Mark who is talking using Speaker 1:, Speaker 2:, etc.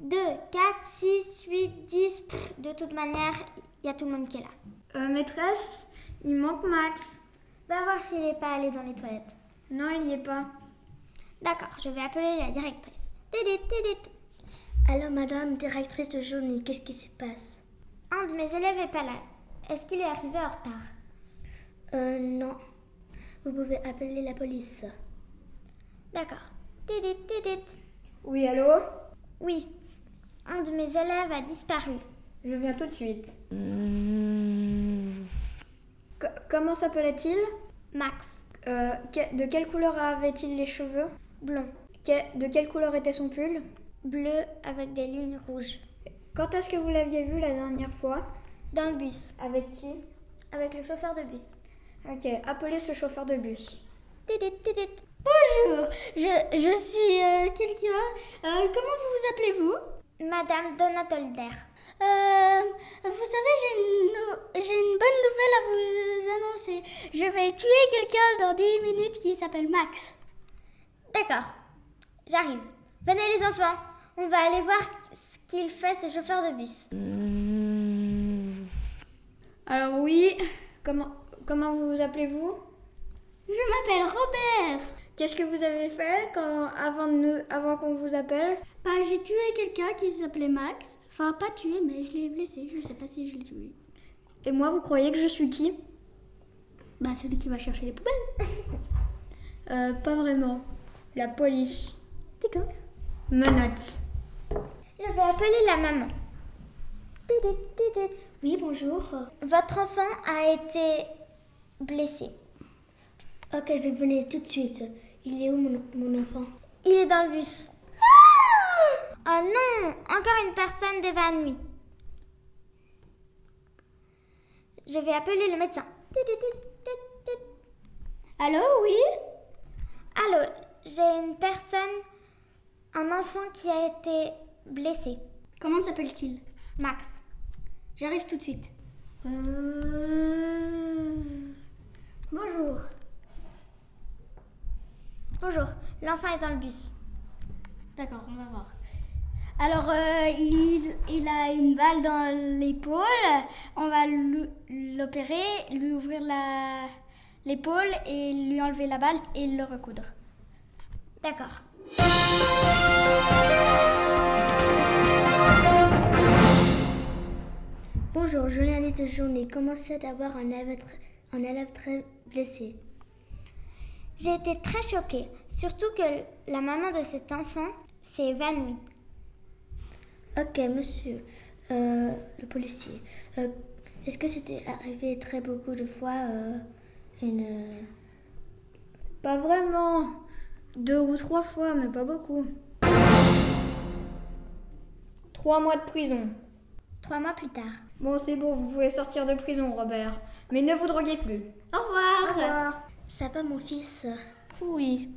Speaker 1: 4, 6, 8, 10. Pff, de toute manière, il y a tout le monde qui est là.
Speaker 2: Euh, maîtresse, il manque Max.
Speaker 1: Va voir s'il n'est pas allé dans les toilettes.
Speaker 2: Non, il n'y est pas.
Speaker 1: D'accord, je vais appeler la directrice. Tédit, tédit.
Speaker 3: Alors, madame, directrice de journée, qu'est-ce qui se passe
Speaker 1: Un de mes élèves est pas là. Est-ce qu'il est arrivé en retard
Speaker 3: Euh, non. Vous pouvez appeler la police.
Speaker 1: D'accord. Tédit, tédit.
Speaker 2: Oui, allô
Speaker 1: Oui, un de mes élèves a disparu.
Speaker 2: Je viens tout de suite. Mmh. Co- comment s'appelait-il
Speaker 1: Max,
Speaker 2: Euh, que- De quelle couleur avait-il les cheveux
Speaker 1: blond,
Speaker 2: Que- De quelle couleur était son pull
Speaker 1: bleu avec des lignes rouges.
Speaker 2: Quand est-ce que vous l'aviez vu la dernière fois
Speaker 1: Dans le bus,
Speaker 2: Avec qui
Speaker 1: avec le chauffeur de bus.
Speaker 2: Ok, appelez ce chauffeur de bus.
Speaker 1: Tidit, tidit.
Speaker 4: Bonjour, je, je suis euh, quelqu'un. Euh, comment vous vous appelez-vous
Speaker 1: Madame Donatolder.
Speaker 4: Euh, Vous savez, j'ai une, nou- j'ai une bonne nouvelle à vous annoncer. Je vais tuer quelqu'un dans 10 minutes qui s'appelle Max.
Speaker 1: D'accord, j'arrive. Venez les enfants, on va aller voir ce qu'il fait ce chauffeur de bus.
Speaker 2: Alors oui, comment, comment vous vous appelez-vous
Speaker 4: Je m'appelle Robert.
Speaker 2: Qu'est-ce que vous avez fait quand, avant, de nous, avant qu'on vous appelle
Speaker 4: Bah, j'ai tué quelqu'un qui s'appelait Max. Enfin, pas tué, mais je l'ai blessé. Je sais pas si je l'ai tué.
Speaker 2: Et moi, vous croyez que je suis qui
Speaker 4: Bah, celui qui va chercher les poubelles.
Speaker 2: Euh, pas vraiment. La police. D'accord. Menottes.
Speaker 1: Je vais appeler la maman. Tidit, tidit.
Speaker 3: Oui, bonjour.
Speaker 1: Votre enfant a été blessé.
Speaker 3: Ok, je vais venir tout de suite. Il est où mon, mon enfant
Speaker 1: Il est dans le bus. oh non, encore une personne d'évanouie. Je vais appeler le médecin. Tit, tit, tit, tit, tit.
Speaker 4: Allô, oui
Speaker 1: Allô, j'ai une personne, un enfant qui a été blessé.
Speaker 4: Comment s'appelle-t-il
Speaker 1: Max.
Speaker 4: J'arrive tout de suite.
Speaker 2: Euh.
Speaker 4: Bonjour.
Speaker 1: Bonjour, l'enfant est dans le bus.
Speaker 4: D'accord, on va voir. Alors, euh, il, il a une balle dans l'épaule. On va l'o- l'opérer, lui ouvrir la- l'épaule et lui enlever la balle et le recoudre.
Speaker 1: D'accord.
Speaker 3: Bonjour, journaliste de journée. Comment c'est d'avoir un élève, tr- un élève très blessé
Speaker 1: J'ai été très choquée, surtout que la maman de cet enfant s'est évanouie.
Speaker 3: Ok, monsieur, euh, le policier. euh, Est-ce que c'était arrivé très beaucoup de fois euh, une... euh,
Speaker 2: Pas vraiment. Deux ou trois fois, mais pas beaucoup. Trois mois de prison.
Speaker 1: Trois mois plus tard.
Speaker 2: Bon, c'est bon, vous pouvez sortir de prison, Robert. Mais ne vous droguez plus.
Speaker 4: Au revoir.
Speaker 3: Ça va, mon fils
Speaker 4: Oui.